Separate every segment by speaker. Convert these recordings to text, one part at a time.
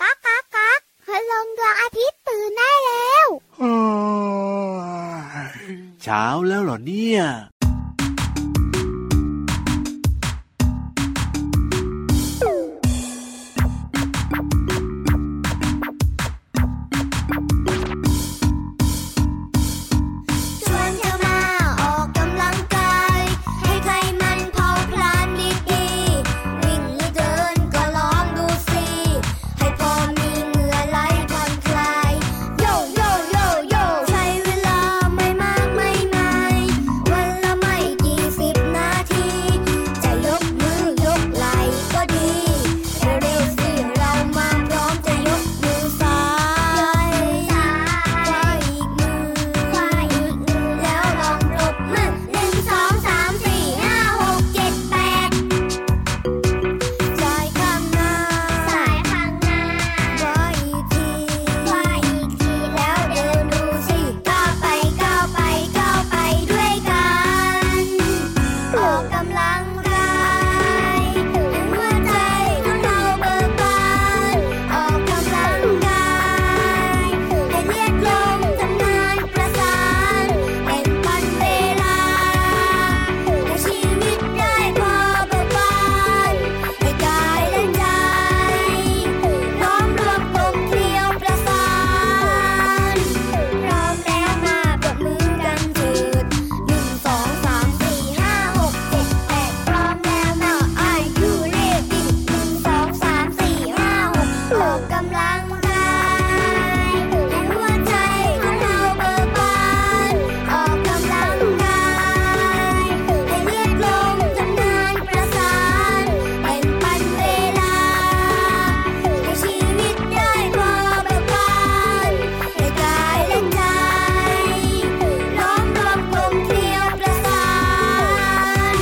Speaker 1: ก๊ากก๊ากก๊ากพลงดวงอาทิตย์ตื่นได้แล้ว
Speaker 2: เช้าแล้วเหรอเนี่ย
Speaker 1: ชวนเธอมาออกกำลังกาย ให้ใจมันเผาพลานดีๆ วิ่งหรือเดินก็ลองดูสิ ให้พอมีเหงื่อไหลผ่อนคลาย โยโยโยโยใช้เวลาไม่มากไม่นานวันละไม่กี่สิบนาที จะยกมือยกไหลก็ดีเร็วๆสิเรามาพร้อมจะยกมือซ้ายยกมือซ้ายควายอีกมือควายอีกมือแล้วลองปรบมือหนึ่งสองสามสี่ห้าหกเจ็ดแปด ซ้ายข้างหน้าซ้ายข้างหน้าว่าอีกทีว่าอีกทีแล้วเดินดูสิก้าวไปก้าวไปก้าวไปด้วยกัน ออกกำลังกายให้หัวใจของเราเบิกบานออกกำลังกายให้เรียกลมทำงานประสานเป็นปันเวลา ให้ชีวิตได้พอเบิกบานให้กายและใจน้อมรวมกลมเกลียวประสาน พร้อมแล้วมาปรบมือกันเถิดหนึ่งสองสามสี่ห้าหกเจ็ดแปดพร้อมแล้ว now are you ready หนึ่งสองสามสี่ห้าหกออกกำลังกายให้หัวใจของเราเบิกบานออกกำลังกายให้เรียกลมทำงานประสานเป็นปันเวลา ให้ชีวิตได้พอเบิกบานให้กายและใจน้อมรวมกลมเกลียวประสาน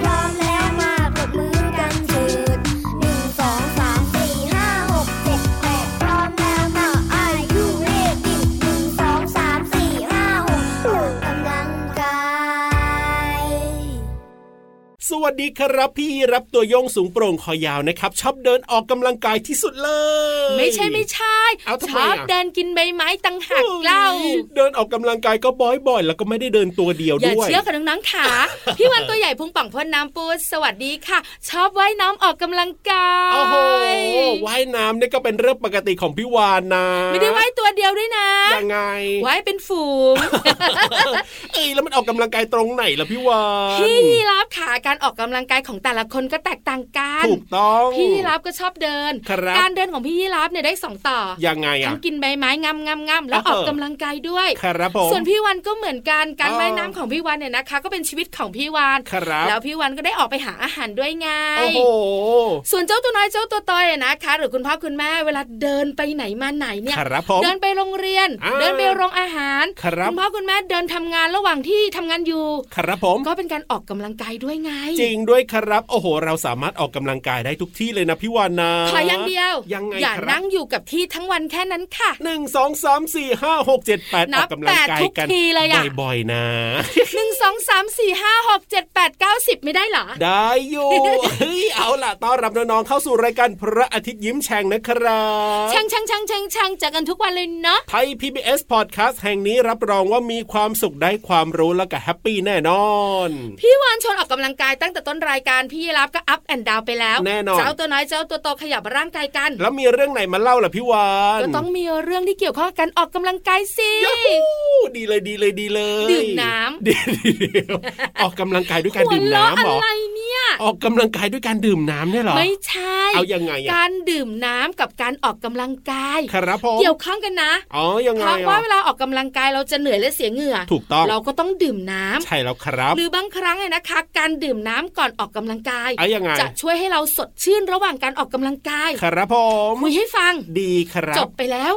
Speaker 1: พร้อมแล้วมาปรบมือกันเถิดหนึ่งสองสามสี่ห้าหกเจ็ดแปดพร้อมแล้ว now are you ready หนึ่งสองสามสี่ห้าหกออกกำลังกาย
Speaker 3: สวัสดีครับพี่รับตัวโยงสูงโปร่งคอยาวนะครับ ชอบเดินออกกำลังกายที่สุดเลย
Speaker 4: ไม่ใช่ไม่ใช่
Speaker 3: เอาทำไม
Speaker 4: ชอบ
Speaker 3: อะ
Speaker 4: เดินกินใบไม้ตังหักเล่า
Speaker 3: โอ้ยเดินออกกำลังกายก็บ่อยๆ แล้วก็ไม่ได้เดินตัวเดียว
Speaker 4: อย่า
Speaker 3: ด้วย
Speaker 4: เชื่อค่ะน้องๆ ค่ะ พี่วันตัวใหญ่พุงป่องพ่นน้ำปูสวัสดีค่ะ ชอบว่ายน้ำออกกำลังกาย
Speaker 3: โอ้โหว่ายน้ำเนี่ยก็เป็นเรื่องปกติของพี่วานนะ
Speaker 4: ไม่ได้ว่ายตัวเดียวด้วยนะ
Speaker 3: ยังไง
Speaker 4: ว่ายเป็นฝู ง
Speaker 3: เอ้ยแล้วมันออกกำลังกายตรงไหนล่ะพี่วาน
Speaker 4: พี่ยีรับขาการออกกำลังกายของแต่ละคนก็แตกต่างกัน
Speaker 3: ถูกต้อง
Speaker 4: พี่ยีรับก็ชอบเดิน
Speaker 3: ครับ
Speaker 4: การเดินของพี่ยีรับเนี่ยได้สองต่อ
Speaker 3: ยังไง
Speaker 4: ทั้
Speaker 3: อ่ะ
Speaker 4: งกินใบไม้งามงามงามแล้ว
Speaker 3: เออ
Speaker 4: ออกกำลังกายด้วย
Speaker 3: ครับผม
Speaker 4: ส่วนพี่วันก็เหมือนกันการ
Speaker 3: อ๋อ
Speaker 4: ว่ายน้ำของพี่วันเนี่ยนะคะ ก็เป็นชีวิตของพี่วัน
Speaker 3: ครับ
Speaker 4: แล้วพี่วันก็ได้ออกไปหาอาหารด้วยไง
Speaker 3: โอ้โห
Speaker 4: ส่วนเจ้าตัวน้อยเจ้าตัวโตเนี่ยนะคะ หรือคุณพ่อคุณแม่เวลาเดินไปไหนมาไหนเนี่ย
Speaker 3: ครับผม
Speaker 4: เดินไปโรงเรียน
Speaker 3: อ่า
Speaker 4: เดินไปโรงอาหาร
Speaker 3: ครับ
Speaker 4: ณพ่อคุณแม่เดินทำงานระหว่างที่ทำงานอยู่
Speaker 3: ครับผม
Speaker 4: ก็เป็นการออกกำลังกายด้วยไง
Speaker 3: จริงด้วยครับ โอ้โห เราสามารถออกกำลังกายได้ทุกที่เลยนะพี่วานนะ
Speaker 4: ขออย่างเดียว
Speaker 3: ยังไง
Speaker 4: อย่า
Speaker 3: ครับ
Speaker 4: นั่งอยู่กับที่ทั้งวันแค่นั้น ค่ะ
Speaker 3: หนึ่งสองสามสี่ห้าหกเจ็ดแปด
Speaker 4: นั
Speaker 3: อบ อกกำลังกาย
Speaker 4: แปดทุก
Speaker 3: กัน
Speaker 4: ทีเลยอะ
Speaker 3: บ่อยๆนะ
Speaker 4: หนึ่งสองสามสี่ห้าหกเจ็ดแปดเก้าสิบไม่ได้เหรอ
Speaker 3: ได้อยู่ เฮ้ยเอาล่ะต้อนรับน้องๆเข้าสู่รายการพระอาทิตย์ยิ้มแฉ่งนะครับ
Speaker 4: ช่างช่างช่างช่างช่างเจอกันทุกวันเลยเนาะ
Speaker 3: ไทย PBS Podcast แห่งนี้รับรองว่ามีความสุขได้ความรู้แล้วก็แฮปปี้แน่นอน
Speaker 4: พี่วานชวนออกกำลังกายตั้งแต่ต้นรายการพี่ยีรับก็อัพแอนด์ดาวไปแล้ว
Speaker 3: แน่นอน
Speaker 4: เจ้าตัวน้อยเจ้าตัวโตขยับร่างกายกัน
Speaker 3: แล้วมีเรื่องไหนมาเล่าล่ะพี่วาน
Speaker 4: ก็ต้องมีเรื่องที่เกี่ยวข้องกับการออกกำลังกายสิ
Speaker 3: ยูหูดีเลยดีเลยดีเลย
Speaker 4: ดื่มน้ำ
Speaker 3: ดีเดียวออกกำลังกายด้วยการ
Speaker 4: หัว
Speaker 3: ดื่ม
Speaker 4: เราะ
Speaker 3: น้ำ
Speaker 4: อะ
Speaker 3: เหรอ
Speaker 4: ไรเนี่ย
Speaker 3: ออกกำลังกายด้วยการดื่มน้ำเนี่ยเหรอ
Speaker 4: ไม่ใช่
Speaker 3: เอายังไงอะ
Speaker 4: การดื่มน้ำกับการออกกำลังกาย
Speaker 3: ครับผม
Speaker 4: เกี่ยวข้องกันนะ
Speaker 3: อ๋อยังไง
Speaker 4: เพราะ
Speaker 3: อะ
Speaker 4: ว่าเวลาออกกำลังกายเราจะเหนื่อยและเสียเหงื่อ
Speaker 3: ถูกต้อง
Speaker 4: เราก็ต้องดื่มน้ำ
Speaker 3: ใช่แล้วครับ
Speaker 4: หรือบางครั้งเนี่ยนะคะ การดื่มน้ำก่อนออกกำลังกาย
Speaker 3: เอายังไง
Speaker 4: จะช่วยให้เราสดชื่นระหว่างการออกกำลังกาย
Speaker 3: ครับผม
Speaker 4: คุยให้ฟัง
Speaker 3: ดีครับ
Speaker 4: จบไปแล้ว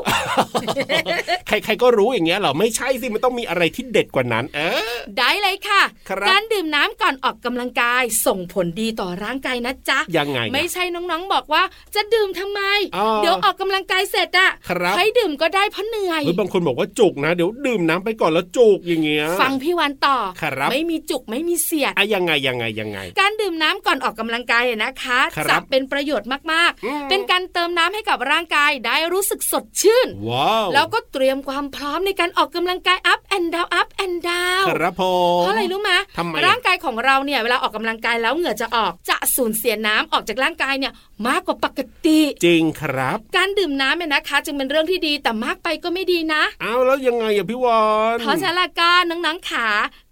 Speaker 3: ใครๆก็รู้อย่างเงี้ยเหรอ ไม่ใช่สิ มันต้องมีอะไรที่เด็ดกว่านั้น เออ
Speaker 4: ได้เลยค่ะ
Speaker 3: ครับ
Speaker 4: การดื่มน้ำก่อนออกกำลังกาย ส่งผลดีต่อร่างกายนะจ๊ะ
Speaker 3: ยังไง
Speaker 4: ไม่ใช่น้องๆบอกว่าจะดื่มทำไม
Speaker 3: อ๋อ
Speaker 4: เดี๋ยวออกกำลังกายเสร็จอะ
Speaker 3: ครับ
Speaker 4: ให้ดื่มก็ได้เพราะเหนื่อย
Speaker 3: หรือบางคนบอกว่าจุกนะ เดี๋ยวดื่มน้ำไปก่อนแล้วจุกอย่างเงี้ย
Speaker 4: ฟังพี่วันต่อ
Speaker 3: ครับ
Speaker 4: ไม่มีจุกไม่มีเสียด
Speaker 3: อะยังไงยังไงยังไง ง
Speaker 4: การดื่มน้ำก่อนออกกำลังกายเนี่ยนะคะ
Speaker 3: ครับ
Speaker 4: จะเป็นประโยชน์มาก
Speaker 3: อืม
Speaker 4: ๆ เป็นการเติมน้ำให้กับร่างกายได้รู้สึกสดชื่น
Speaker 3: ว้าว
Speaker 4: แล้วก็เตรียมความพร้อมในการออกกำลังกาย up and down up and down
Speaker 3: ครับผม
Speaker 4: เพราะอะไรรู้ไหม
Speaker 3: ทำไมอะ
Speaker 4: ร่างกายของเราเนี่ยเวลาออกกำลังกายแล้วเหงื่อจะออกจะสูญเสียน้ำออกจากร่างกายเนี่ยมากกว่าปกติ
Speaker 3: จริงครับ
Speaker 4: การดื่มน้ำเนี่ยนะคะ จึงเป็นเรื่องที่ดีแต่มากไปก็ไม่ดีนะ
Speaker 3: เอาแล้วยังไงอ่ะพี่วอน
Speaker 4: เพราะฉะนั้นละก็น้องๆขา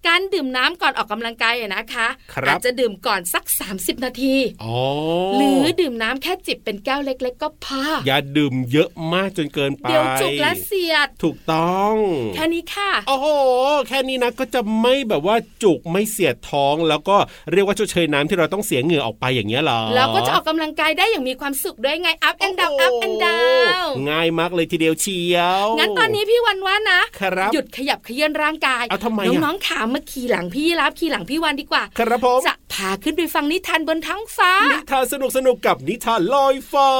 Speaker 4: การดื่มน้ำก่อนออกกำลังกายอะนะคะ
Speaker 3: ครับ
Speaker 4: อาจจะดื่มก่อนสัก 30 นาที
Speaker 3: อ๋อ
Speaker 4: หรือดื่มน้ำแค่จิบเป็นแก้วเล็ก ๆ ก็พอ
Speaker 3: อย่าดื่มเยอะมากจนเกินไป
Speaker 4: เดี๋ยวจุกและเสียด
Speaker 3: ถูกต้อง
Speaker 4: แค่นี้ค่ะ
Speaker 3: โอ้โห แค่นี้นะก็จะไม่แบบว่าจุกไม่เสียดท้องแล้วก็เรียกว่าชดเชยน้ำที่เราต้องเสียเหงื่อออกไปอย่างเงี้ยเหรอ
Speaker 4: เราก็จะออกกำลังกายได้อย่างมีความสุขด้วยไง up and down
Speaker 3: โโห
Speaker 4: up and down
Speaker 3: ง่ายมากเลยทีเดียวเชียว
Speaker 4: งั้นตอนนี้พี่วันว่านะ
Speaker 3: ครับ
Speaker 4: หยุดขยับเขยื้อนร่างกาย
Speaker 3: เอาทำไมอะ
Speaker 4: น้องๆขามาขี่หลังพี่รับขี่หลังพี่วันดีกว่า
Speaker 3: ครับผม
Speaker 4: จะพาขึ้นไปฟังนิทานบนท้องฟ้า
Speaker 3: นิทานสนุกสนุกๆกับนิทานลอยฟ้า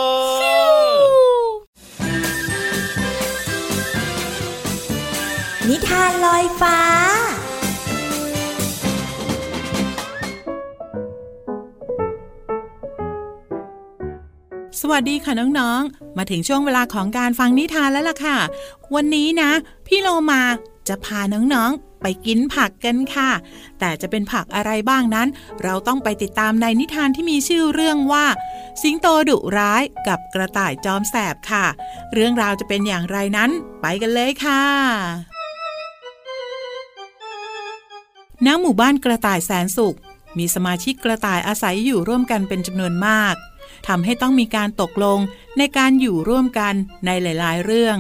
Speaker 5: นิทานลอยฟ้า
Speaker 6: สวัสดีค่ะน้องๆ มาถึงช่วงเวลาของการฟังนิทานแล้วล่ะค่ะ วันนี้นะ พี่โลมาจะพาน้องๆ ไปกินผักกันค่ะ แต่จะเป็นผักอะไรบ้างนั้น เราต้องไปติดตามในนิทานที่มีชื่อเรื่องว่า สิงโตดุร้ายกับกระต่ายจอมแสบค่ะ เรื่องราวจะเป็นอย่างไรนั้นไปกันเลยค่ะ ณหมู่บ้านกระต่ายแสนสุข มีสมาชิกกระต่ายอาศัยอยู่ร่วมกันเป็นจำนวนมาก ทำให้ต้องมีการตกลงในการอยู่ร่วมกันในหลาย ๆ เรื่อง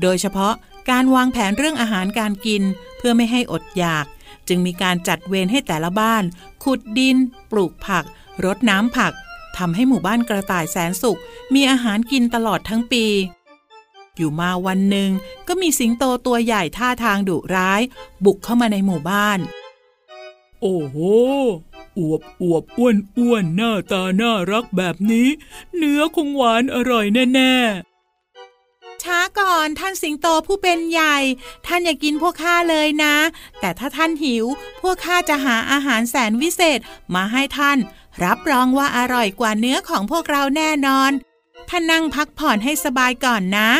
Speaker 6: โดยเฉพาะการวางแผนเรื่องอาหารการกินเพื่อไม่ให้อดอยาก จึงมีการจัดเวรให้แต่ละบ้าน ขุดดิน ปลูกผัก รดน้ำผักทำให้หมู่บ้านกระต่ายแสนสุข มีอาหารกินตลอดทั้งปี อยู่มาวันหนึ่งก็มีสิงโตตัวใหญ่ท่าทางดุร้าย บุกเข้ามาในหมู่บ้าน โอ้โห อวบอวบอ้วนอ้วนหน้าตาน่ารักแบบนี้ เนื้อคงหวานอร่อยแน่ๆ ช้าก่อนท่านสิงโตผู้เป็นใหญ่ ท่านอย่ากินพวกข้าเลยนะ แต่ถ้าท่านหิว พวกข้าจะหาอาหารแสนวิเศษมาให้ท่าน รับรองว่าอร่อยกว่าเนื้อของพวกเราแน่นอน ท่านนั่งพักผ่อนให้สบายก่อนนะ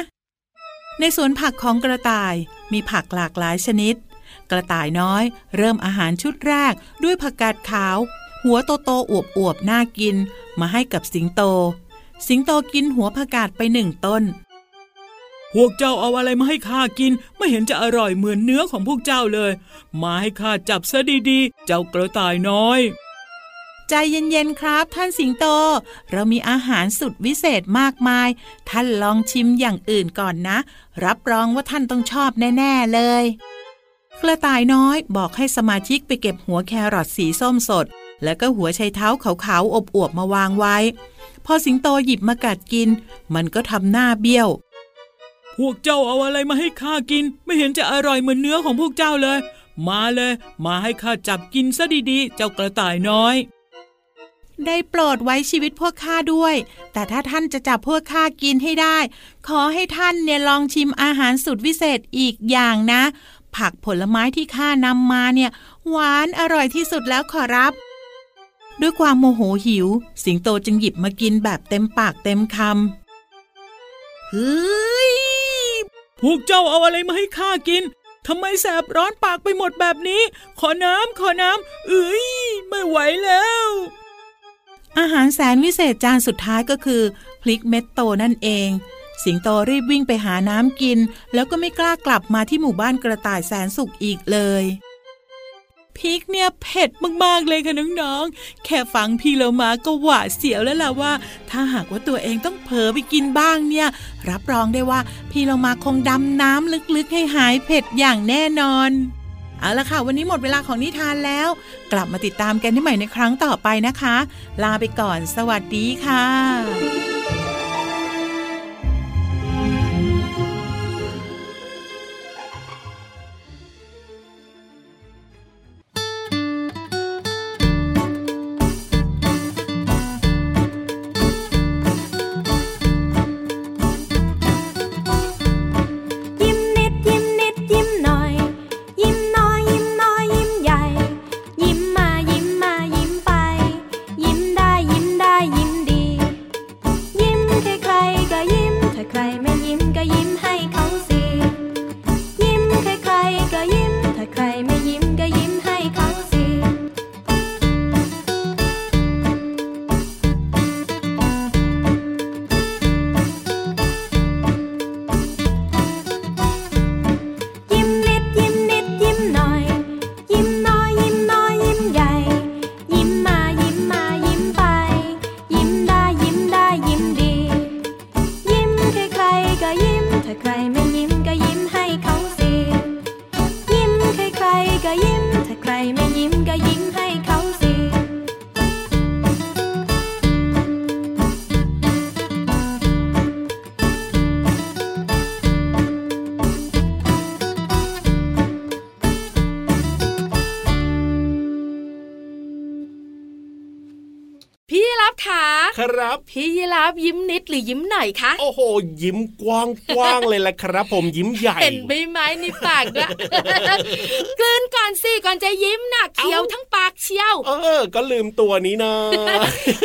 Speaker 6: ในสวนผักของกระต่ายมีผักหลากหลายชนิด กระต่ายน้อยเริ่มอาหารชุดแรกด้วยผักกาดขาว หัวโตโตๆอวบอวบๆน่ากิน มาให้กับสิงโต สิงโตกินหัวผักกาดไปหนึ่งต้น พวกเจ้าเอาอะไรมาให้ข้ากิน ไม่เห็นจะอร่อยเหมือนเนื้อของพวกเจ้าเลย มาให้ข้าจับซะดีๆ เจ้ากระต่ายน้อย ใจเย็นๆครับ ท่านสิงโต เรามีอาหารสุดวิเศษมากมาย ท่านลองชิมอย่างอื่นก่อนนะ รับรองว่าท่านต้องชอบแน่ๆเลย กระต่ายน้อยบอกให้สมาชิกไปเก็บหัวแครอทสีส้มสด แล้วก็หัวไชเท้าขาวๆอบๆมาวางไว้ พอสิงโตหยิบมากัดกิน มันก็ทำหน้าเบี้ยว พวกเจ้าเอาอะไรมาให้ข้ากิน ไม่เห็นจะอร่อยเหมือนเนื้อของพวกเจ้าเลย มาเลย มาให้ข้าจับกินซะดีๆ เจ้ากระต่ายน้อย ได้โปรดไว้ชีวิตพวกข้าด้วย แต่ถ้าท่านจะจับพวกข้ากินให้ได้ ขอให้ท่านเนี่ยลองชิมอาหารสุดวิเศษอีกอย่างนะ ผักผลไม้ที่ข้านำมาเนี่ย หวานอร่อยที่สุดแล้วขอรับ ด้วยความโมโหหิว สิงโตจึงหยิบมากินแบบเต็มปากเต็มคำเฮ้ย พวกเจ้าเอาอะไรมาให้ข้ากิน ทำไมแสบร้อนปากไปหมดแบบนี้ ขอน้ำขอน้ำเอ้ยไม่ไหวแล้ว อาหารแสนวิเศษจานสุดท้ายก็คือ พลิกเม็ดโตนั่นเอง สิงโตรีบวิ่งไปหาน้ำกิน แล้วก็ไม่กล้ากลับมาที่หมู่บ้านกระต่ายแสนสุขอีกเลยพริกเนี่ยเผ็ดมากๆเลยค่ะน้องๆ แค่ฟังพี่เรามาก็หวาดเสียวแล้วล่ะว่า ถ้าหากว่าตัวเองต้องเผลอไปกินบ้างเนี่ย รับรองได้ว่าพี่เรามาคงดำน้ำลึกๆ ให้หายเผ็ดอย่างแน่นอน เอาละค่ะ วันนี้หมดเวลาของนิทานแล้ว กลับมาติดตามกันได้ใหม่ในครั้งต่อไปนะคะ ลาไปก่อน สวัสดีค่ะ
Speaker 1: ยิ้มนิดยิ้มนิดยิ้มหน่อย ยิ้มน้อยยิ้มน้อยยิ้มใหญ่ ยิ้มมายิ้มมายิ้มไป
Speaker 3: ครับ
Speaker 4: พี่ยีราฟยิ้มนิดหรือยิ้มหน่อยคะ
Speaker 3: โอ้โห ยิ้มกว้างๆเลยละครับ ผมยิ้มใหญ่
Speaker 4: เห็นใบไม้ในปาก ด้วย กลืนก่อนสิก่อนจะยิ้มน่ะเคี้ยวทั้งปากเชียว
Speaker 3: เออ ก็ลืมตัวนี้นะ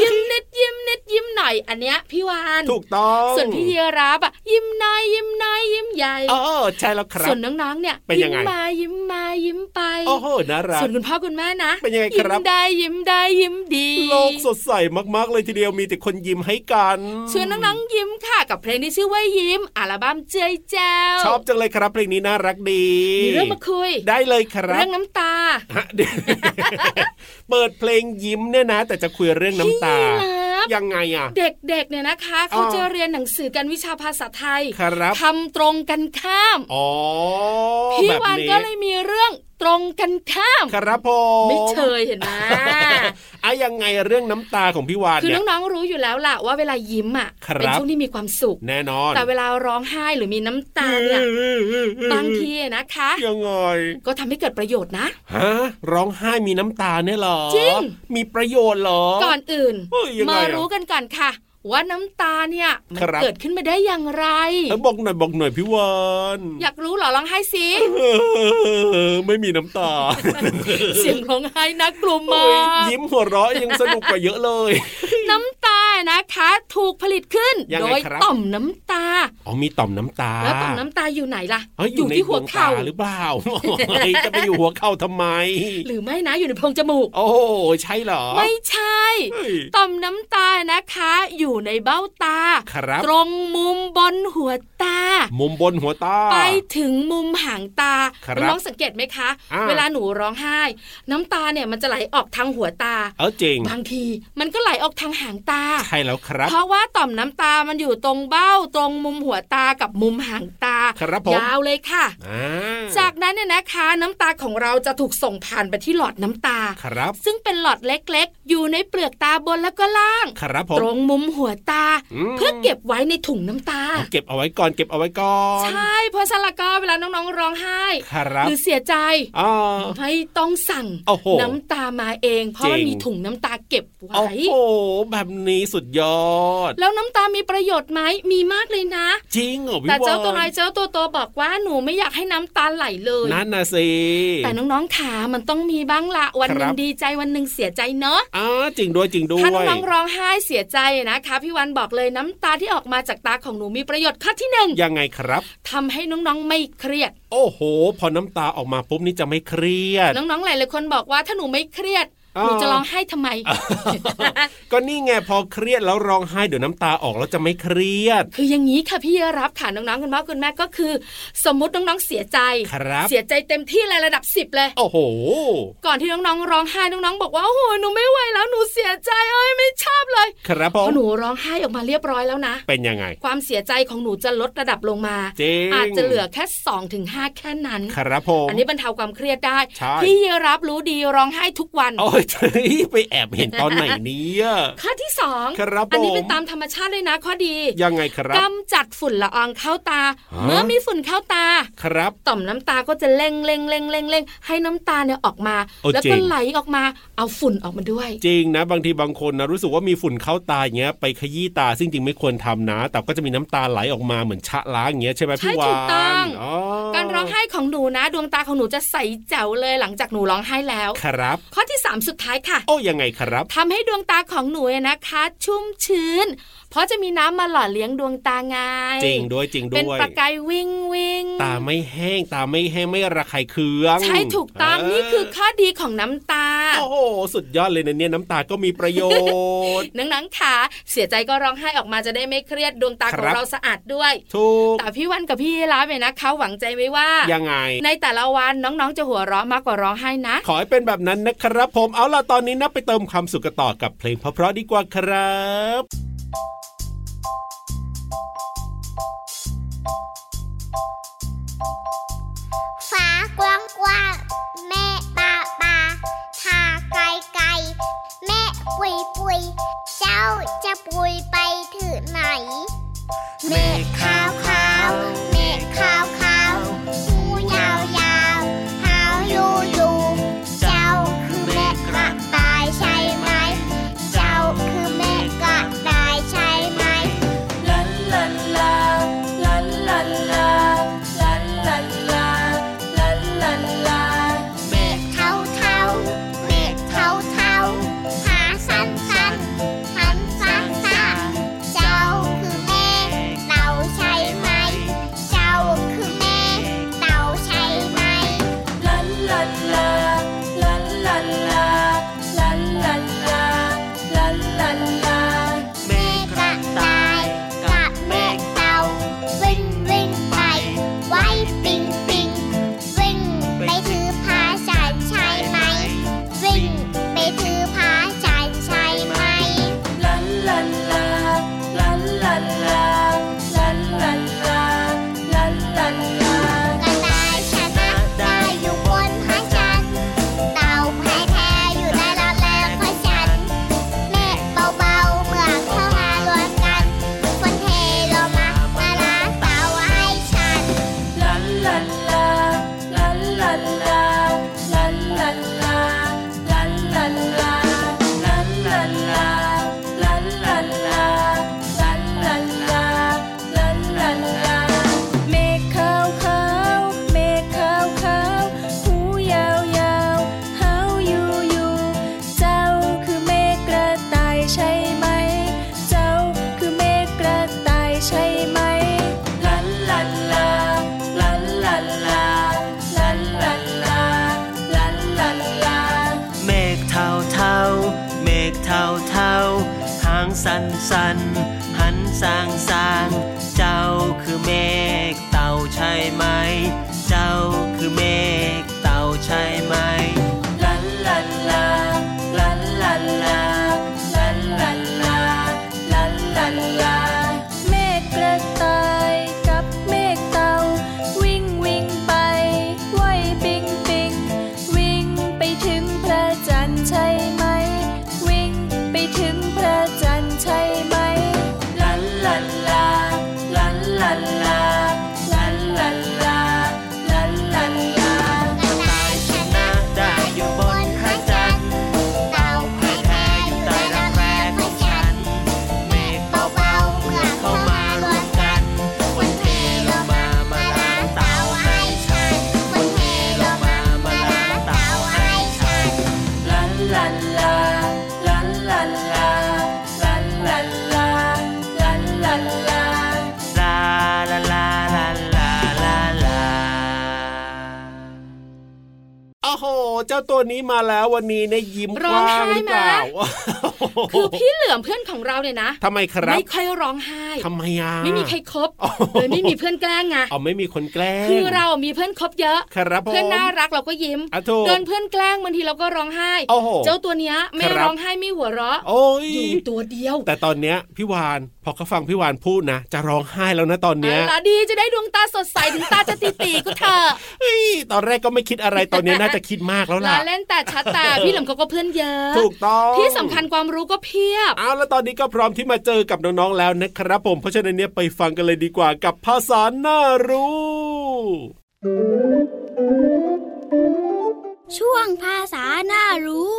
Speaker 4: ยิ้มนิดยิ้มนิดยิ้มหน่อยอันเนี้ยพี่วาน
Speaker 3: ถูกต้อง
Speaker 4: ส่วนพี่ยีราฟอะยิ้มน้อยยิ้มน้อยยิ้มใหญ่
Speaker 3: เออใช่แล้วครั
Speaker 4: ส่
Speaker 3: บ
Speaker 4: วนน้องๆ เนี่ย
Speaker 3: เป็นยั
Speaker 4: ยิ้
Speaker 3: ง
Speaker 4: ม
Speaker 3: ไง
Speaker 4: มายิ้มมายิ้มไป
Speaker 3: โอ้โหน่ารัก
Speaker 4: ส่วนคุณพ่อคุณแม่นะ
Speaker 3: เป็นยังไง
Speaker 4: ยิ้
Speaker 3: ค
Speaker 4: ม
Speaker 3: รับ
Speaker 4: ได้ยิ้มได้ยิ้มดี
Speaker 3: โลกสดใสมากๆเลยทีเดียวมีแต่คนยิ้มให้กัน
Speaker 4: ชวนน้องๆยิ้มค่ะกับเพลงที่ชื่อว่ายิ้มอัลบั้มเจยแจว
Speaker 3: ชอบจังเลยครับเพลงนี้น่ารักดี
Speaker 4: มีเรื่องมาคุย
Speaker 3: ได้เลยครับ
Speaker 4: เรื่องน้ำตา
Speaker 3: ฮะเดี๋ยว เปิดเพลงยิ้มเนี่ยนะ แต่จะคุยเรื่องน้ำตา
Speaker 4: พี่รับ
Speaker 3: ยังไงอ่ะ
Speaker 4: เด็กๆเนี่ยนะคะเขาจะเรียนหนังสือกันวิชาภาษาไทย
Speaker 3: ครับ
Speaker 4: ทำตรงกันข้าม
Speaker 3: อ๋อ
Speaker 4: พี่
Speaker 3: แบบ
Speaker 4: วานก็เลยมีเรื่องตรงกันข้าม
Speaker 3: ครับผม
Speaker 4: ไม่เชยเห็นไหม
Speaker 3: อะยังไงเรื่องน้ำตาของพี่วาน
Speaker 4: คือ
Speaker 3: เนี่ย
Speaker 4: น้องๆ รู้อยู่แล้วล่ะว่าเวลายิ้มอ่ะ
Speaker 3: ครับ
Speaker 4: เป็นช่วงที่มีความสุข
Speaker 3: แน่นอน
Speaker 4: แต่เวลาร้องไห้หรือมีน้ำตาเนี่ยบางทีนะคะ
Speaker 3: ยังไง
Speaker 4: ก็ทำให้เกิดประโยชน์นะ
Speaker 3: ฮะร้องไห้มีน้ำตาเนี่ยเหรอ
Speaker 4: จริง
Speaker 3: มีประโยชน์เหรอ
Speaker 4: ก่อนอื่น
Speaker 3: เอ้ยยังไงอะ
Speaker 4: มารู้กันก่อนค่ะ ว่าน้ำตาเนี่ยมั
Speaker 3: ครับ
Speaker 4: เกิดขึ้นมาได้อย่างไร
Speaker 3: เอ้ยบอกหน่อยบอกหน่อยพี่วาน
Speaker 4: อยากรู้เหรอร้องไห้สิ
Speaker 3: เออไม่มีน้ำตา
Speaker 4: เสียงร้องไห้นะกลุ่มมา
Speaker 3: เอ้ยยิ้มหัวเราะยังสนุกกว่าเยอะเลย
Speaker 4: น้ำตานะคะ ถูกผลิตขึ้น
Speaker 3: ยังไง
Speaker 4: โดย
Speaker 3: ครับ
Speaker 4: ต่อมน้ำตา
Speaker 3: อ๋อมีต่อมน้ำตา
Speaker 4: แล้วต่อมน้ำตาอยู่ไหนล่ะ
Speaker 3: เอ้ยอยู่ใน
Speaker 4: ที่หัวเข่า
Speaker 3: ดงตหรือเปล่า เฮ้ยจะไปอยู่หัวเข่าทำไม
Speaker 4: หรือไม่นะอยู่ในโพรงจมูก
Speaker 3: โอ้ใช่เหรอ
Speaker 4: ไม่ใช่
Speaker 3: เฮ้ย
Speaker 4: ต่อมน้ำตานะคะ อยู่ในเบ้าตา
Speaker 3: ครับ
Speaker 4: ตรงมุมบนหัวตา
Speaker 3: มุมบนหัวตา
Speaker 4: ไปถึงมุมหางตา
Speaker 3: ครับ
Speaker 4: น้องๆสังเกตไหมคะ
Speaker 3: อ่า
Speaker 4: เวลาหนูร้องไห้ น้ำตาเนี่ยมันจะไหลออกทางหัวตา
Speaker 3: เออจริง
Speaker 4: บางทีมันก็ไหลออกทางหางตา
Speaker 3: ใช่แล้วครับ
Speaker 4: เพราะว่าต่อมน้ำตามันอยู่ตรงเบ้าตรงมุมหัวตากับมุมหางตา
Speaker 3: ครับผม
Speaker 4: ยาวเลยค่ะ
Speaker 3: อ่า
Speaker 4: จากนั้นเนี่ยนะคะ น้ำตาของเราจะถูกส่งผ่านไปที่หลอดน้ำตา
Speaker 3: ครับ
Speaker 4: ซึ่งเป็นหลอดเล็กๆ อยู่ในเปลือกตาบนแล้วก็ล่าง
Speaker 3: ครับผ
Speaker 4: ตร
Speaker 3: ม
Speaker 4: งมุมหัวตา
Speaker 3: อืม
Speaker 4: เพื่อเก็บไว้ในถุงน้ำตา
Speaker 3: เก็บเอาไว้ก่อนเก็บเอาไว้ก่อน
Speaker 4: ใช่เพราะฉะนั้นแลวก็เวลาน้องๆร้องไห้
Speaker 3: ครับ
Speaker 4: หรือเสียใจ
Speaker 3: อ๋อ
Speaker 4: ไม่ต้องสั่ง
Speaker 3: โอ้โห
Speaker 4: น้ำตามาเองเพราะมัน
Speaker 3: จริง
Speaker 4: มีถุงน้ำตาเก็บไว้
Speaker 3: โอ้โหแบบนี้สุดยอด
Speaker 4: แล้วน้ำตามีประโยชน์ไหมมีมากเลยนะ
Speaker 3: จริงเหรอพี่
Speaker 4: แต่เจ้าว
Speaker 3: าน
Speaker 4: ตัวน้อยเจ้าตัวโตบอกว่าหนูไม่อยากให้น้ำตาไหลเลย
Speaker 3: นั่นนะสิ
Speaker 4: แต่น้องๆขามันต้องมีบ้างละวันหนึ่งดีใจวันหนึ่งเสียใจเนอะ
Speaker 3: อ๋อจริงด้วยจริงด้ว
Speaker 4: ถ้าย น้องๆร้องไห้เสียใจนะคะ พี่วันบอกเลยน้ำตาที่ออกมาจากตาของหนูมีประโยชน์ข้อที่หนึ่ง
Speaker 3: ยังไงครับ
Speaker 4: ทำให้น้องๆไม่เครียด
Speaker 3: โอ้โห พอน้ำตาออกมาปุ๊บนี่จะไม่เครียด
Speaker 4: น้องๆ หลายๆคนบอกว่าถ้าหนูไม่เครียด
Speaker 3: อ๋อ
Speaker 4: หนูจะร้องไห้ทำไม
Speaker 3: ก็นี่ไงพอเครียดแล้วร้องไห้เดี๋ยวน้ำตาออกแล้วจะไม่เครียด
Speaker 4: คืออย่างนี้ค่ะพี่รับค่ะน้องๆ คุณพ่อคุณแม่ก็คือ สมมติน้องๆ เสียใจ
Speaker 3: ครับ
Speaker 4: เสียใจเต็มที่เลยระดับสิบเลย
Speaker 3: โอ้โห
Speaker 4: ก่อนที่น้องๆ ร้องไห้น้องๆ บอกว่าโอ้โหหนูไม่ไหวแล้วหนูเสียใจเอ้ยไม่ชอบเลย
Speaker 3: ครับ
Speaker 4: พ
Speaker 3: ผ
Speaker 4: อ
Speaker 3: ม
Speaker 4: หนูร้องไห้ออกมาเรียบร้อยแล้วนะ
Speaker 3: เป็นยังไง
Speaker 4: ความเสียใจของหนูจะลดระดับลงมา
Speaker 3: จริง
Speaker 4: อาจจะเหลือแค่2อถึงหแค่นั้น
Speaker 3: ครับผม
Speaker 4: อันนี้บรรเทาความเครียดได้
Speaker 3: ใช่
Speaker 4: พี่ยรับรู้ดีร้องไห้ทุกวัน
Speaker 3: โอ้ยเฮ้ยไปแอบเห็นตอนไหนเนี้
Speaker 4: ข้อที่สอง
Speaker 3: ครับ
Speaker 4: อั
Speaker 3: ผ
Speaker 4: นี้
Speaker 3: ม
Speaker 4: เป็นตามธรรมชาติเลยนะข้อดี
Speaker 3: ยังไงครับ
Speaker 4: กำจัดฝุ่นละอองเข้าตา
Speaker 3: ฮะ
Speaker 4: เมื่อมีฝุ่นเข้าตา
Speaker 3: ครับ
Speaker 4: ต่อมน้ำตาก็จะเล่งเล่งเล่งเล่งเล่งให้น้ำตาเนี่ยออกมา
Speaker 3: โอ้จริง
Speaker 4: แล้วก็ไหลออกมาเอาฝุ่นออกมาด้วย
Speaker 3: จริงนะ บางทีบางคนนะรู้สึกว่ามีฝุ่นเข้าตาอย่างเงี้ยไปขยี้ตาซึ่งจริงไม่ควรทำนะ แต่ก็จะมีน้ำตาไหลออกมาเหมือนชะล้างอย่างเงี้ยใช่ไหม
Speaker 4: ใช่
Speaker 3: พี่วาน
Speaker 4: ถูกต้อง
Speaker 3: อ๋อ
Speaker 4: การร้องไห้ของหนูนะ ดวงตาของหนูจะใสแจ๋วเลยหลังจากหนูร้องไห้แล้ว
Speaker 3: ครับ
Speaker 4: ข้อที่ 3 สุดท้ายค่ะ
Speaker 3: โอ้ยังไงครับ
Speaker 4: ทำให้ดวงตาของหนูเนี่ยนะคะ ชุ่มชื้น เพราะจะมีน้ำมาหล่อเลี้ยงดวงตาไง
Speaker 3: จริงด้วยจริง
Speaker 4: เป็น
Speaker 3: ด้วย
Speaker 4: ประกายวิ่งวิ่ง
Speaker 3: ตาไม่แห้งตาไม่แห้งไม่ระคายเคือง
Speaker 4: ใช่ถูกต้อง
Speaker 3: เ
Speaker 4: นี่คือข้อดีของน้ำตา
Speaker 3: โอ้โหสุดยอดเลยนะเนี่ยน้ำตาก็มีประโยชน์
Speaker 4: นังนังๆขาเสียใจก็ร้องไห้ออกมาจะได้ไม่เครียดดวงตาขอ
Speaker 3: ค
Speaker 4: ง
Speaker 3: รับ
Speaker 4: เราสะอาดด้วย
Speaker 3: ถูก
Speaker 4: แต่พี่วันกับพี่ยีรับเนี่ยนะคะหวังใจไว้ว่า
Speaker 3: ยังไง
Speaker 4: ในแต่ละวันน้องๆ จะหัวเราะมากกว่าร้องไห้นะ
Speaker 3: ขอให้เป็นแบบนั้นนะครับผมเอาล่ะตอนนี้นะไปเติมความสุขกันต่อกับเพลงเพราะๆดีกว่าครับ
Speaker 1: ฟ้ากว้างกว้างแม่ปาปาทาไกลไกลแม่ปุยปุยเจ้าจะปุยไปถึงไหนเมฆขาวขาวเมฆขาวขาวหูยาวยาวหาวยูยูเจ้าคือแม่กระต่ายใช่ไหม เจ้าคือแม่กระต่าย
Speaker 7: สัน หันสร้างสร้าง เจ้าคือเมฆเต่าใช่ไหม เจ้าคือเมฆเต่าใช่ไหมลันลันลาลันลันลาลันลันลาลันลันลา
Speaker 8: เมฆกระต่ายกับเมฆเต่า วิ่งวิ่งไปไหวปิงปิงวิ่งไปถึงพระจันทร์ใช่ไหม วิ่งไปถึงพระจันทร์ใช่ไหม
Speaker 7: ลันลันลาลันลันลาลันลันลาลันลันลาตายชนะได้อยู่บนพระจันทร์เต่าแพ้แพ้อยู่ใต้รักแร้ของฉัน เมฆเบาๆเมื่อเข้ามารวมกันมันเทลงมามาล้างเต่าให้ฉันมันเทลงมามาล้างเต่าให้ฉัน ลันลันลาลันลันลาลันลันลาลันลันลาลาลาลาลาลาลาลา
Speaker 3: โอ้โห เจ้าตัวนี้มาแล้ววันนี้เนี่ยยิ้ม
Speaker 4: ร้
Speaker 3: ก
Speaker 4: อง
Speaker 3: ว้าง
Speaker 4: ไห้
Speaker 3: หรือเปล่า
Speaker 4: ไหม คือพี่เหลือมเพื่อนของเราเนี่ยนะ
Speaker 3: ทำไมครับ
Speaker 4: ไม่ค่อยร้องไห้
Speaker 3: ทำไมอ่ะ
Speaker 4: ไม่มีใครคบ
Speaker 3: อ๋อ
Speaker 4: เลยไม่มีเพื่อนแกล้งไง
Speaker 3: เอาไม่มีคนแกล้ง
Speaker 4: คือเรามีเพื่อนคบเยอะ
Speaker 3: ครับผม
Speaker 4: เพื่อนน่ารักเราก็ยิ้ม
Speaker 3: อ่ะถูก
Speaker 4: โดนเพื่อนแกล้งบางทีเราก็ร้องไห้
Speaker 3: โอ้โห
Speaker 4: เจ้าตัวเนี้ยไม่
Speaker 3: ครับ
Speaker 4: ร้องไห้ไม่หัวเราะ
Speaker 3: โอ้ย
Speaker 4: อยู่ตัวเดียว
Speaker 3: แต่ตอนเนี้ยพี่วานพอเขาฟังพี่วานพูดนะจะร้องไห้แล้วนะตอนเนี้ย
Speaker 4: เอาละดีจะได้ดวงตาสดใสถึงตาจะตีตีๆก็เถอะ
Speaker 3: เอ้ยตอนแรกก็ไม่คิดอะไรตอนเนี้ยน่าจะคิดมากแล้ว
Speaker 4: ลา
Speaker 3: ล่ะ
Speaker 4: เล่นแต่ชัดแต่พี่เหลิมเขาก็เพื่อนเยอะ
Speaker 3: ถูกต้อง
Speaker 4: ที่สำคัญความรู้ก็เพียบ
Speaker 3: เอาแล้วตอนนี้ก็พร้อมที่มาเจอกับน้องๆแล้วนะครับผมเพราะฉะนั้นเนี่ยไปฟังกันเลยดีกว่ากับภาษาน่ารู้
Speaker 1: ช่วงภาษาน่ารู้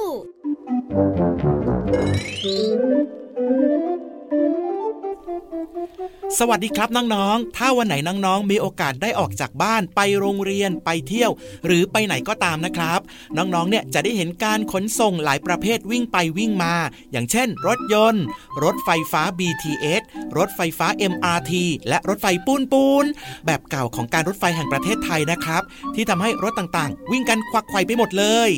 Speaker 9: สวัสดีครับน้องๆ ถ้าวันไหนน้องๆ มีโอกาสได้ออกจากบ้านไปโรงเรียนไปเที่ยว หรือไปไหนก็ตามนะครับ น้องๆ เนี่ยจะได้เห็นการขนส่งหลายประเภทวิ่งไปวิ่งมา อย่างเช่น รถยนต์ รถไฟฟ้า BTS รถไฟฟ้า MRT และรถไฟปูนปูนๆแบบเก่าของการรถไฟแห่งประเทศไทยนะครับ ที่ทำให้รถต่างๆ วิ่งกันควักไขว่ไปหมดเลย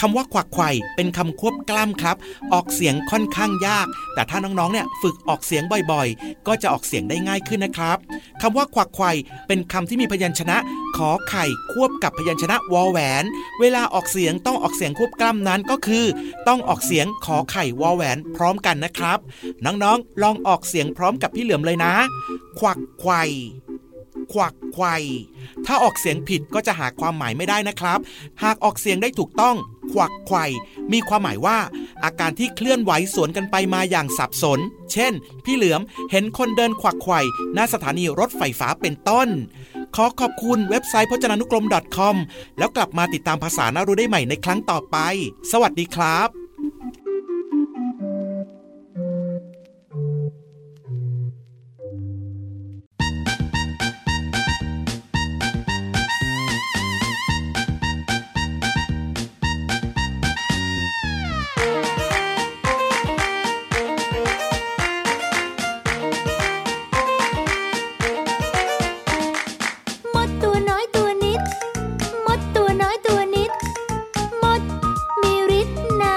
Speaker 9: คำว่าขวักไขว่เป็นคำควบกล้ำครับ ออกเสียงค่อนข้างยาก แต่ถ้าน้องๆ เนี่ยฝึกออกเสียงบ่อยๆ ก็จะออกเสียงได้ง่ายขึ้นนะครับคำว่าขวักไขว่เป็นคำที่มีพยัญชนะ ขอไข่ควบกับพยัญชนะวอแหวน เวลาออกเสียงต้องออกเสียงควบกล้ำนั้นก็คือ ต้องออกเสียงขอไข่วอแหวนพร้อมกันนะครับ น้องๆ ลองออกเสียงพร้อมกับพี่เหลือมเลยนะ ขวักไขว่ ควักไขว่ถ้าออกเสียงผิดก็จะหาความหมายไม่ได้นะครับ หากออกเสียงได้ถูกต้อง ควักไขว่มีความหมายว่า อาการที่เคลื่อนไหวสวนกันไปมาอย่างสับสน เช่น พี่เหลือมเห็นคนเดินควักไขว่หน้าสถานีรถไฟฟ้าเป็นต้น ขอขอบคุณเว็บไซต์พจนานุกรม .com แล้วกลับมาติดตามภาษาน่ารู้ได้ใหม่ในครั้งต่อไป สวัสดีครับ
Speaker 8: มดตัวน้อยตัวนิด มดตัวน้อยตัวนิด มดมีฤทธิ์นา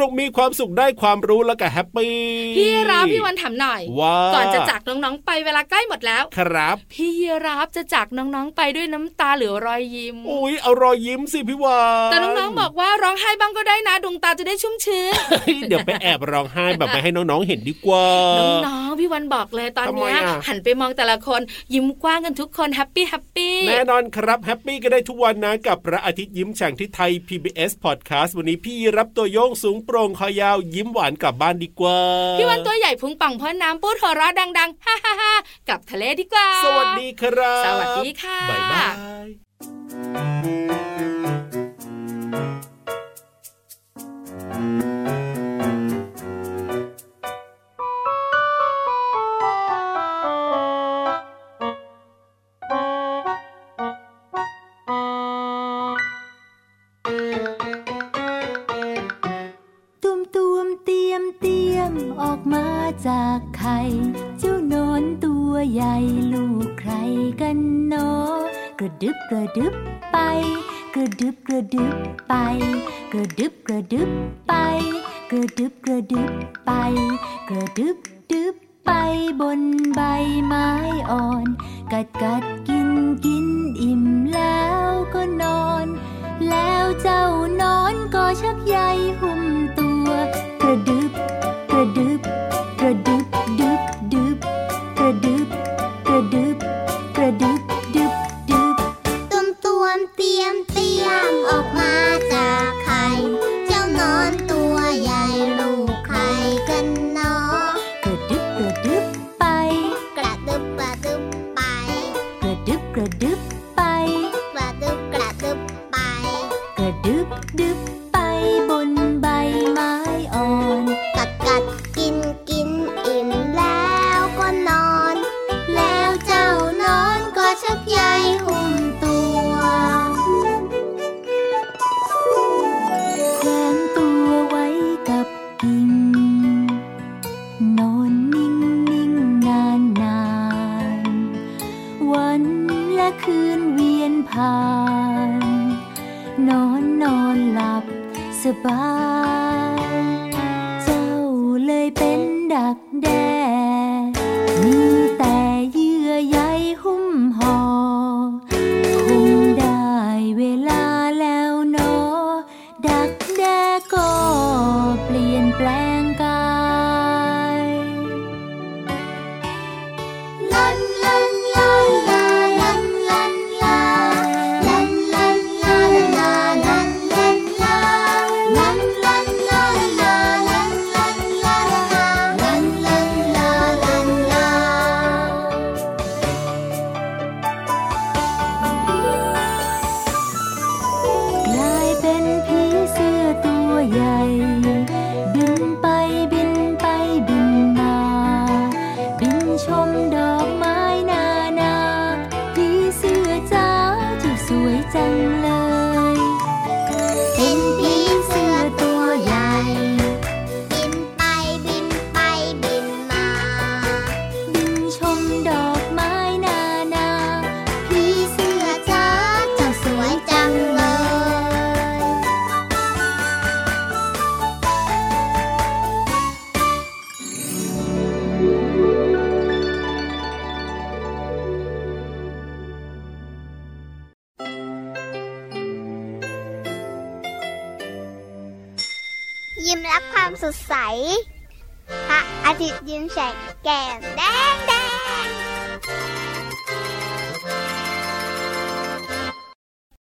Speaker 3: นุกมีความสุขได้ความรู้แล้วก็แฮปปี้
Speaker 4: พี่ยีราฟพี่วันถามหน่อย
Speaker 3: ว่า
Speaker 4: ก่อนจะจากน้องๆไปเวลาใกล้หมดแล้ว
Speaker 3: ครับ
Speaker 4: พี่ยีราฟจะจากน้องๆไปด้วยน้ำตาหรือรอยยิ้ม
Speaker 3: อุ้ยเอารอยยิ้มสิพี่วาน
Speaker 4: แต่น้องๆบอกว่าร้องไห้บ้างก็ได้นะดวงตาจะได้ชุ่มชื้น
Speaker 3: เฮ้ยเดี๋ยวไปแอบร้องไห้แบบไม่ให้น้องๆเห็นดีกว่า
Speaker 4: น้องๆพี่วันบอกเลยตอน
Speaker 3: ทำไม
Speaker 4: เนี้ย
Speaker 3: อ่ะ
Speaker 4: หันไปมองแต่ละคนยิ้มกว้างกันทุกคนแฮปปี้แฮปปี้
Speaker 3: แน่นอนครับแฮปปี้ก็ได้ทุกวันนะกับพระอาทิตย์ยิ้มแฉ่งที่ไทย PBS Podcast วันนี้พี่รับตัวโยงสูงโปร่งคอยาวยิ้มหวานกลับบ้านดีกว่า
Speaker 4: พี่วันตัวใหญ่พุงป่องพ่นน้ำปูดหัวเราะดังๆ ฮ่าฮ่าฮ่ากลับทะเลดีกว่า
Speaker 3: สวัสดีครับ
Speaker 4: สวัสดีค่ะ
Speaker 3: บ๊ายบาย
Speaker 10: ตุมตุมๆเตรียมเตรียมออกมาจากไข่ เจ้าหนอนตัวใหญ่ลูกใครกันเนอกระดึบกระดึบไป กระดึบกระดึบไป กระดึบกระดึบไป กระดึบกระดึบไป กระดึบดึบไปบนใบไม้อ่อน กัดกัดกินกินอิ่มแล้วก็นอน แล้วเจ้านอนก็ชักใยหุ้มตัว กระดึบ กระดึบ กระดึบดึบดึบกระดึบ กระดึบ กระดึบดึบดึบ
Speaker 2: ตุ้มตวมเตรียมเตรียมออกมาจากไข่ เจ้านอนตัวใหญ่ลูกไข่กันเนาะ
Speaker 10: กระดึบกระดึบไป
Speaker 2: กระดึบกระดึบไป
Speaker 10: กระดึบกระดึบไป
Speaker 2: กระดึบกระดึบไป
Speaker 10: กระดึบดึบไปบนใบไม้อ่อน
Speaker 2: กัดกัดกินกินอิ่มแล้วก็นอน แล้วเจ้านอนก็ชักใยหุ้มตัว
Speaker 10: แขวนตัวไว้กับกิ่ง นอนนิ่งนิ่งนานนานๆวันและคืนเวียนผ่าน นอนนอนหลับสบาย เจ้าเลยเป็นดักแด้มีแต่เยื่อใยหุ้มห่อ คงได้เวลาแล้วเนอ ดักแด้ก็เปลี่ยนแปลงกายลันลันลาลาลันลันลาลันลันลาลาลันลันลาลันลันลาลาลันลันลาลันลันลาลันลา กลายเป็นผีเสื้อตัวใหญ่ บินไปบินไปบินมา บินชมดอกไม้นานาผีเสื้อจ้าเจุดสวยจังเลย
Speaker 2: เป็นผีเสื้อตัวใหญ่ บินไปบินไปบินมา
Speaker 10: บินชมดอกไม้นานา
Speaker 2: ผีเสื้อจ้าเจ้าสวยจังเลย ยิ้มรับความสดใส พระอาทิตย์ยิ้มแฉกแก้มแดงแด